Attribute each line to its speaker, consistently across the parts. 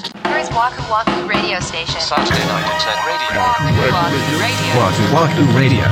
Speaker 1: Waku Waku Radio Station.
Speaker 2: Saturday night at 10 radio.
Speaker 1: Waku Waku Radio.
Speaker 3: Wahoo Wahoo Radio.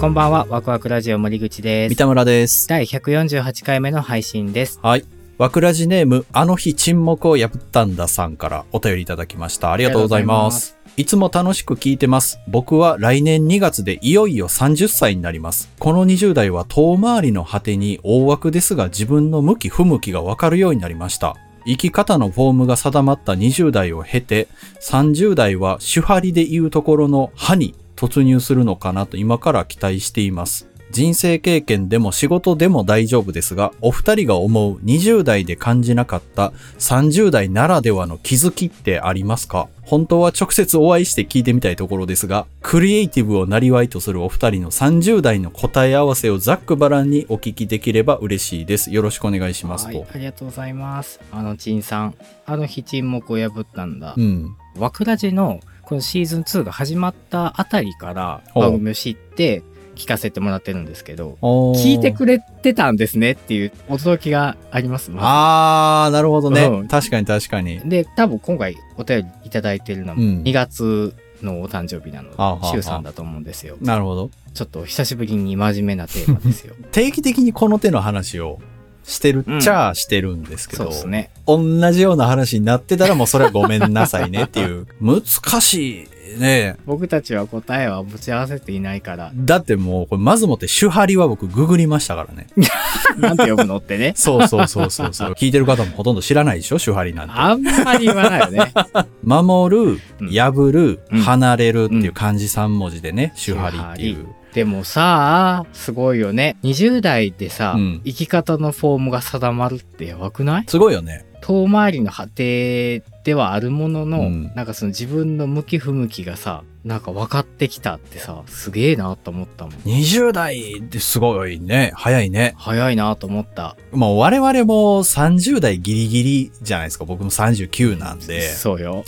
Speaker 4: こんばんは、ワクワクラジオ森口で
Speaker 5: 三
Speaker 4: す。
Speaker 5: 田村です。
Speaker 4: 第148回目の配信です。
Speaker 5: はい。わくらじネーム、あの日沈黙を破ったんださんからお便りいただきました。ありがとうございます。いつも楽しく聞いてます。僕は来年2月でいよいよ30歳になります。この20代は遠回りの果てに大枠ですが自分の向き不向きがわかるようになりました。生き方のフォームが定まった20代を経て、30代は主張りで言うところの歯に突入するのかなと今から期待しています。人生経験でも仕事でも大丈夫ですが、お二人が思う20代で感じなかった30代ならではの気づきってありますか本当は直接お会いして聞いてみたいところですが、クリエイティブをなりわいとするお二人の30代の答え合わせをざっくばらんにお聞きできれば嬉しいです。よろしくお願いします
Speaker 4: は
Speaker 5: と
Speaker 4: い。、ありがとうございます。あのちんさん、あの日沈黙を破ったんだ
Speaker 5: う。ん。
Speaker 4: ワクラジのこのシーズン2が始まったあたりから
Speaker 5: ほう
Speaker 4: 番組を知って聞かせてもらってるんですけど、聞
Speaker 5: 聞
Speaker 4: いてくれてたんですねっていう驚きがあります。ま
Speaker 5: あー、なるほどね。
Speaker 4: うん
Speaker 5: 確かに確かに
Speaker 4: ず。で、多分今回お便りいただいてるのも
Speaker 5: うん
Speaker 4: 2月のお誕生日なので
Speaker 5: あはあ、はあ
Speaker 4: 週さんだと思うんですよ。
Speaker 5: なるほど。
Speaker 4: ちょっと久しぶりに真面目なテーマですよ。
Speaker 5: 定期的にこの手の話をしてるっちゃしてるん ですけ
Speaker 4: そ
Speaker 5: ど、
Speaker 4: うですね。
Speaker 5: 同じような話になってたらもうそれはごめんなさいねっていう。 難しいね。
Speaker 4: 僕たちは答えは持ち合わせていないから、
Speaker 5: だってもう、これまずもって、主張りは僕ググりましたからね。。
Speaker 4: なんて呼ぶのってね
Speaker 5: そうそうそうそうそう。 聞いてる方もほとんど知らないでしょ、主張りなんて。
Speaker 4: あんまり言わないよね。
Speaker 5: 守る、
Speaker 4: うん
Speaker 5: 破る、
Speaker 4: うん
Speaker 5: 離れるっていう漢字3文字でね、主張りっていう。
Speaker 4: でもさあ、すごいよね。20代でさ、
Speaker 5: うん
Speaker 4: 生き方のフォームが定まるってやばくない
Speaker 5: すごいよね。
Speaker 4: 遠回りの果てではあるものの、
Speaker 5: うん
Speaker 4: なんかその自分の向き不向きがさ、なんか分かってきたってさ、すげえなと思ったもん。
Speaker 5: 20代ってすごいね。早いね。
Speaker 4: 早いなと思った。
Speaker 5: もう我々も30代ギリギリじゃないですか。僕も39なんで。
Speaker 4: そうよ。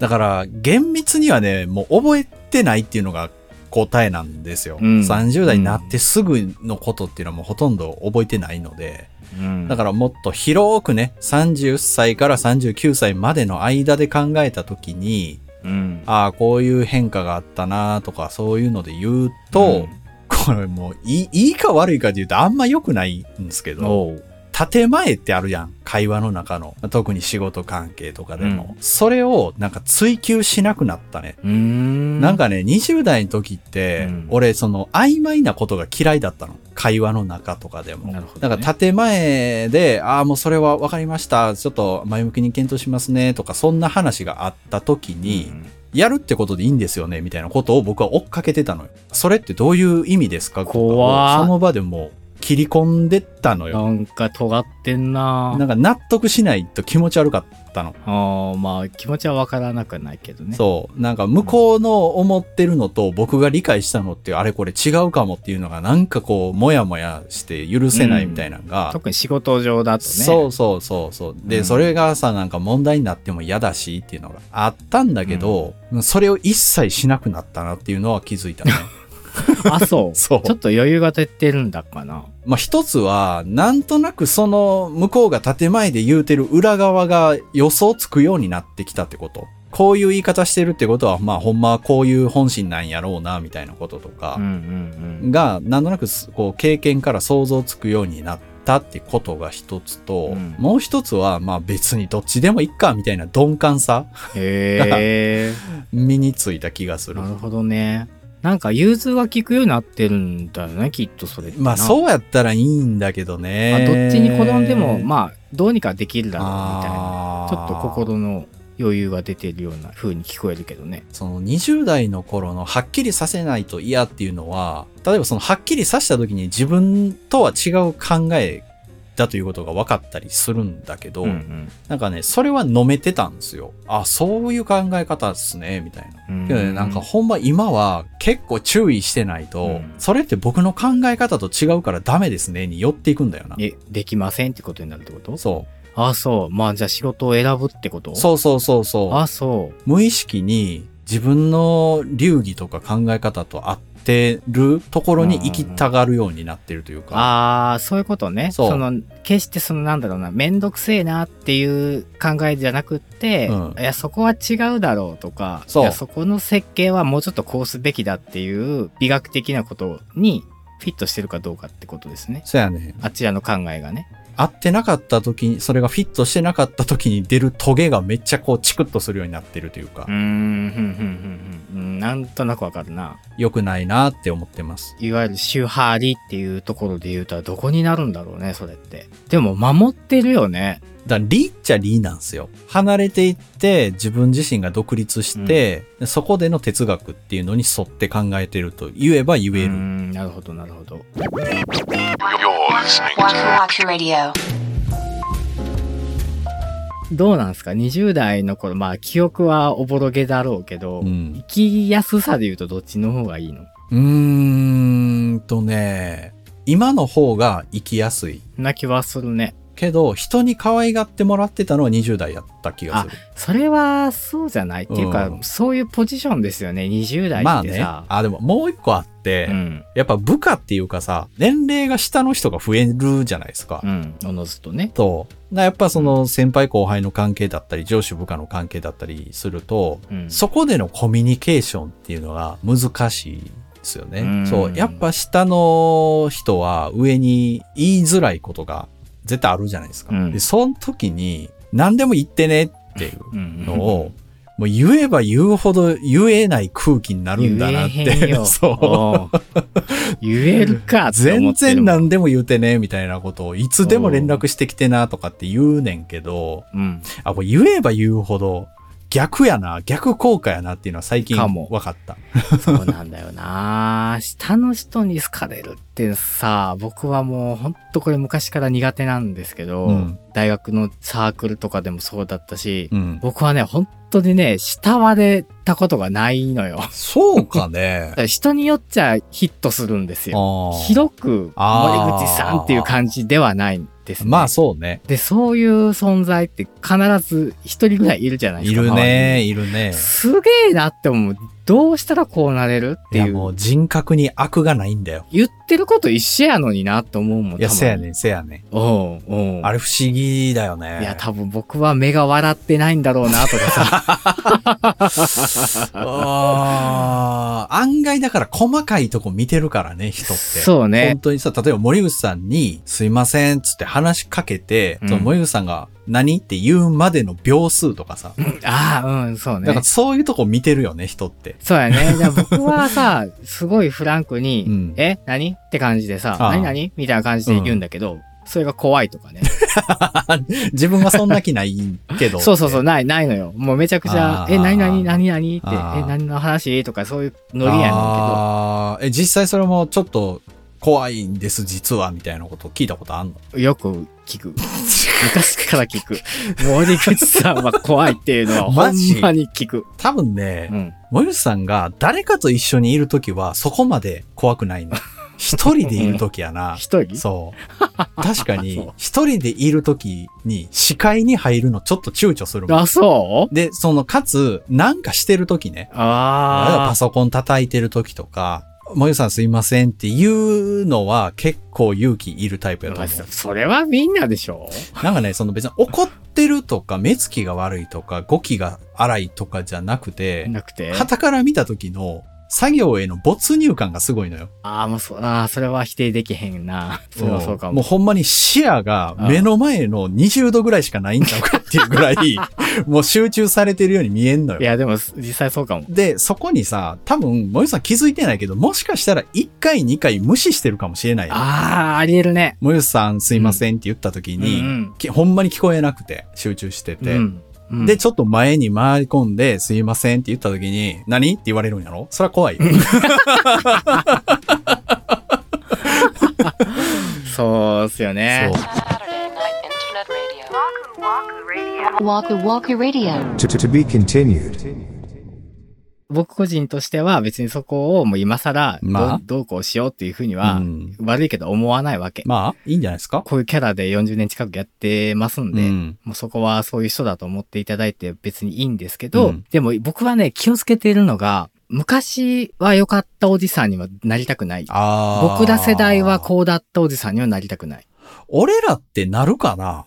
Speaker 5: だから、厳密にはね、もう覚えてないっていうのが答えなんですよ。
Speaker 4: うん
Speaker 5: 30代になってすぐのことっていうのはもうほとんど覚えてないので、
Speaker 4: うん
Speaker 5: だからもっと広くね、30歳から39歳までの間で考えた時に、
Speaker 4: うん。
Speaker 5: ああ、こういう変化があったなとか、そういうので言うと、これもういい、いいか悪いかで言うとあんま良くないんですけ
Speaker 4: うん、
Speaker 5: ど、
Speaker 4: おう。
Speaker 5: 建前ってあるやん。会話の中の。特に仕事関係とかでも。それをなんか追求しなくなったね。
Speaker 4: うーん。
Speaker 5: なんかね、20代の時って、
Speaker 4: うん
Speaker 5: 俺、その、曖昧なことが嫌いだったの。会話の中とかでも。
Speaker 4: なるほど
Speaker 5: な
Speaker 4: ね、
Speaker 5: んか、建前で、ああ、もうそれは分かりました。ちょっと前向きに検討しますね。とか、そんな話があった時に、やるってことでいいんですよね。みたいなことを僕は追っかけてたのよ。それってどういう意味ですかとかを
Speaker 4: 怖ー
Speaker 5: その場でもう切り込んでったのよ。
Speaker 4: なんか尖ってんな
Speaker 5: なんか納得しないと気持ち悪かったの。
Speaker 4: あーまあ気持ちはわからなくはないけどね。
Speaker 5: そう。なんか向こうの思ってるのと僕が理解したのってあれこれ違うかもっていうのがなんかこうモヤモヤして許せないみたいなのが、
Speaker 4: 特に仕事上だとね。
Speaker 5: そうそうそうそう。で、
Speaker 4: うん
Speaker 5: それがさなんか問題になっても嫌だしっていうのがあったんだけど、それを一切しなくなったなっていうのは気づいたね。
Speaker 4: あ、そう。
Speaker 5: そう
Speaker 4: ちょっと余裕が出てるんだかな。
Speaker 5: まあ一つはなんとなくその向こうが建前で言うてる裏側が予想つくようになってきたってこと。こういう言い方してるってことは、まあほんまはこういう本心なんやろうな、みたいなこととか。
Speaker 4: うんうん
Speaker 5: が、なんとなくすこう経験から想像つくようになったってことが一つと、
Speaker 4: うん
Speaker 5: もう一つは、まあ別にどっちでもいっか、みたいな鈍感さ、
Speaker 4: うん。 へえ。
Speaker 5: 身についた気がする
Speaker 4: な。るほどね。なんか融通が効くようになってるんだよね、きっとそれってな。
Speaker 5: まあそうやったらいいんだけどね。
Speaker 4: まあどっちに転んでも、
Speaker 5: あ、
Speaker 4: まあどうにかできるだろうみたいな。
Speaker 5: あ
Speaker 4: ちょっと心の余裕が出てるような風に聞こえるけどね。
Speaker 5: その20代の頃のはっきりさせないと嫌っていうのは、例えばそのはっきりさせた時に自分とは違う考えだということが分かったりするんだけど、
Speaker 4: うん
Speaker 5: なんかね、それは飲めてたんですよ。あ、そういう考え方っすね、みたいな。
Speaker 4: うん。
Speaker 5: けどね、なんかほんま今は結構注意してないと、
Speaker 4: うん
Speaker 5: それって僕の考え方と違うからダメですね、に寄っていくんだよな。
Speaker 4: え、できませんってことになるってこと
Speaker 5: そ
Speaker 4: あ、そう。まあじゃあ仕事を選ぶってこと
Speaker 5: う。そうそうそうそう。
Speaker 4: あ、そう。
Speaker 5: 無意識に自分の流儀とか考え方と合っってるところに行きたがるようになってるというか。
Speaker 4: ああ、そういうことね。
Speaker 5: そ
Speaker 4: そうの、決してそのなんだろうな、めんどくせえなっていう考えじゃなくって、
Speaker 5: うん
Speaker 4: いや、そこは違うだろうとか、
Speaker 5: そう
Speaker 4: いやそこの設計はもうちょっとこうすべきだっていう美学的なことにフィットしてるかどうかってことですね。
Speaker 5: そうやね。
Speaker 4: あちらの考えがね。
Speaker 5: 合ってなかった時に、それがフィットしてなかった時に出るトゲがめっちゃこうチクッとするようになってるというか
Speaker 4: うー、ん、ふんふんふんふんうん。なんとなくわかるな。
Speaker 5: 良くないなって思ってます。
Speaker 4: いわゆる周波りっていうところで言うとどこになるんだろうね、それって。でも守ってるよね。
Speaker 5: だから、リっちゃリなんですよ。離れていって、自分自身が独立して、そこでの哲学っていうのに沿って考えてると言えば言え
Speaker 4: うー
Speaker 5: る。
Speaker 4: ん、なるほど、なるほど。
Speaker 2: You're listening
Speaker 1: Waku
Speaker 2: to
Speaker 1: Waku Radio.
Speaker 4: どうなんですか ?20 代の頃、まあ記憶はおぼろげだろうけど、
Speaker 5: うん
Speaker 4: 生きやすさで言うとどっちの方がいいの
Speaker 5: うーんとね、今の方が生きやすい。
Speaker 4: な気はするね。
Speaker 5: けど、人に可愛がってもらってたのは20代やった気がする。
Speaker 4: それはそうじゃないっていうか、
Speaker 5: うん
Speaker 4: そういうポジションですよね。20代
Speaker 5: まあ
Speaker 4: って
Speaker 5: ね。
Speaker 4: さ。
Speaker 5: あ、でももう一個あって、
Speaker 4: うん。
Speaker 5: やっぱ部下っていうかさ、年齢が下の人が増えるじゃないですか。
Speaker 4: うん。おのずとね。
Speaker 5: と、なやっぱその先輩後輩の関係だったり、上司部下の関係だったりすると、
Speaker 4: うん
Speaker 5: そこでのコミュニケーションっていうのが難しいですよね。
Speaker 4: うん
Speaker 5: そう。やっぱ下の人は上に言いづらいことが絶対あるじゃないですか。
Speaker 4: うん。
Speaker 5: で、その時に何でも言ってねっていううんのを、もう言えば言うほど言えない空気になるんだなっ
Speaker 4: 言えへん
Speaker 5: て。
Speaker 4: よ
Speaker 5: そう。
Speaker 4: おう言えるかって思
Speaker 5: 全
Speaker 4: ってる
Speaker 5: 然
Speaker 4: もん
Speaker 5: 何でも言うてね、みたいなことを、いつでも連絡してきてな、とかって言うねんけど、
Speaker 4: うん。
Speaker 5: あ、これ言えば言うほど、逆やな、逆効果やなっていうのは最近
Speaker 4: かも
Speaker 5: 分かった。
Speaker 4: そうなんだよな下の人に好かれるってさ、僕はもうほんとこれ昔から苦手なんですけど、
Speaker 5: うん
Speaker 4: 大学のサークルとかでもそうだったし、
Speaker 5: うん。
Speaker 4: 僕はね、本当にね、慕われたことがないのよ。
Speaker 5: そうかね
Speaker 4: だか。ら人によっちゃヒットするんですよ。
Speaker 5: あー
Speaker 4: 広く
Speaker 5: あー
Speaker 4: 森口さんっていう感じではないんです、ね。
Speaker 5: まあそうね。
Speaker 4: で、そういう存在って必ず一人ぐらいいるじゃないで
Speaker 5: い
Speaker 4: すか。
Speaker 5: る
Speaker 4: 周り
Speaker 5: ね、
Speaker 4: に。
Speaker 5: いるね。
Speaker 4: すげえなって思う。どうしたらこうなれるっ
Speaker 5: い
Speaker 4: てい
Speaker 5: や
Speaker 4: う。
Speaker 5: もう人格に悪がないんだよ。
Speaker 4: 言ってること一緒やのになと思うもん。
Speaker 5: いや、
Speaker 4: たまに
Speaker 5: せやねん、せやねん。
Speaker 4: おうおう
Speaker 5: あれ不思議だよね。
Speaker 4: いや、多分僕は目が笑ってないんだろうなと かさ。
Speaker 5: あー案外だから細かいとこ見てるからね、人って。
Speaker 4: そうね
Speaker 5: 本。当にさ、例えば森口さんに、すいません、っつって話しかけて、
Speaker 4: うん
Speaker 5: その森口さんが何って言うまでの秒数とかさ。
Speaker 4: ああ、うん、そう
Speaker 5: だか
Speaker 4: ね
Speaker 5: ら。そういうとこ見てるよね、人って。
Speaker 4: そうや ね。じゃあ僕はさ、すごいフランクに、
Speaker 5: うん
Speaker 4: え何って感じでさ、
Speaker 5: ああ
Speaker 4: 何何みたいな感じで言うんだけど、それが怖いと かね。
Speaker 5: 自分はそんな気ないけ ど。
Speaker 4: そうそうそう、
Speaker 5: って。
Speaker 4: ない、ないのよ。もうめちゃくちゃ
Speaker 5: あ、あ
Speaker 4: え、何何何何って、え、
Speaker 5: ああ
Speaker 4: 何の話とかそういうノリやねんけど。
Speaker 5: あーえ、実際それもちょっと怖いんです、実は、みたいなこと聞いたことあんの
Speaker 4: よく聞く。昔から聞く。森口さんは怖いっていうのは、ほ
Speaker 5: マ
Speaker 4: ん
Speaker 5: ジ
Speaker 4: まに聞く。
Speaker 5: 多分ね、
Speaker 4: うん。
Speaker 5: 森口さんが誰かと一緒にいるときはそこまで怖 くないの。一人でいるときやな。
Speaker 4: 一人
Speaker 5: そう。確か
Speaker 4: そう
Speaker 5: に、一人でいるときに視界に入るのちょっと躊躇するもん。
Speaker 4: あ、そう
Speaker 5: で、その、かつ、なんかしてるときね。パ
Speaker 4: あ
Speaker 5: ソコン叩いてるときとか、森口さんすいませんっていうのは結構勇気いるタイプやと
Speaker 4: あ。
Speaker 5: 思う。
Speaker 4: それはみんなでしょ
Speaker 5: なんかね、その別に怒ってるとか、目つきが悪いとか、語気が荒いとかじゃなくて、
Speaker 4: なくて。
Speaker 5: 旗から見た時の作業への没入感がすごいのよ。
Speaker 4: ああ、もうそ、ああ、それは否定できへんな。それはそうか
Speaker 5: もう
Speaker 4: も。
Speaker 5: ほんまに視野が目の前の20度ぐらいしかないんちゃうかっていうぐ らい、もう集中されてるように見えんの
Speaker 4: い
Speaker 5: よ。
Speaker 4: や、でも、実際そうかも。
Speaker 5: で、そこにさ、多分、森さん気づいてないけど、もしかしたら1回2回無視してるかもしれないよ。
Speaker 4: ああ、ありえるね。
Speaker 5: 森さんすいませんって言った時に、
Speaker 4: うんうん
Speaker 5: きほんまに聞こえなくて、集中してて。
Speaker 4: うん。うん
Speaker 5: で、、ちょっと前に回り込んで、すいませんって言った時に、何って言われるんやろそれは怖いよ。
Speaker 4: そうっすよね。
Speaker 5: そう
Speaker 1: Saturday Night Internet Radio. Waku Waku Radio.
Speaker 3: To, to, to be continued.
Speaker 4: 僕個人としては別にそこをもう今更ど,、
Speaker 5: まあ
Speaker 4: どうこうしようっていうふうには、
Speaker 5: うん
Speaker 4: 悪いけど思わないわけ。
Speaker 5: まあ、いいんじゃないですか
Speaker 4: こういうキャラで40年近くやってますんで、
Speaker 5: うん
Speaker 4: もうそこはそういう人だと思っていただいて別にいいんですけど、
Speaker 5: うん
Speaker 4: でも僕はね、気をつけているのが、昔は良かったおじさんにはなりたくない。
Speaker 5: あー
Speaker 4: 僕ら世代はこうだったおじさんにはなりたくない。
Speaker 5: 俺らってなるかな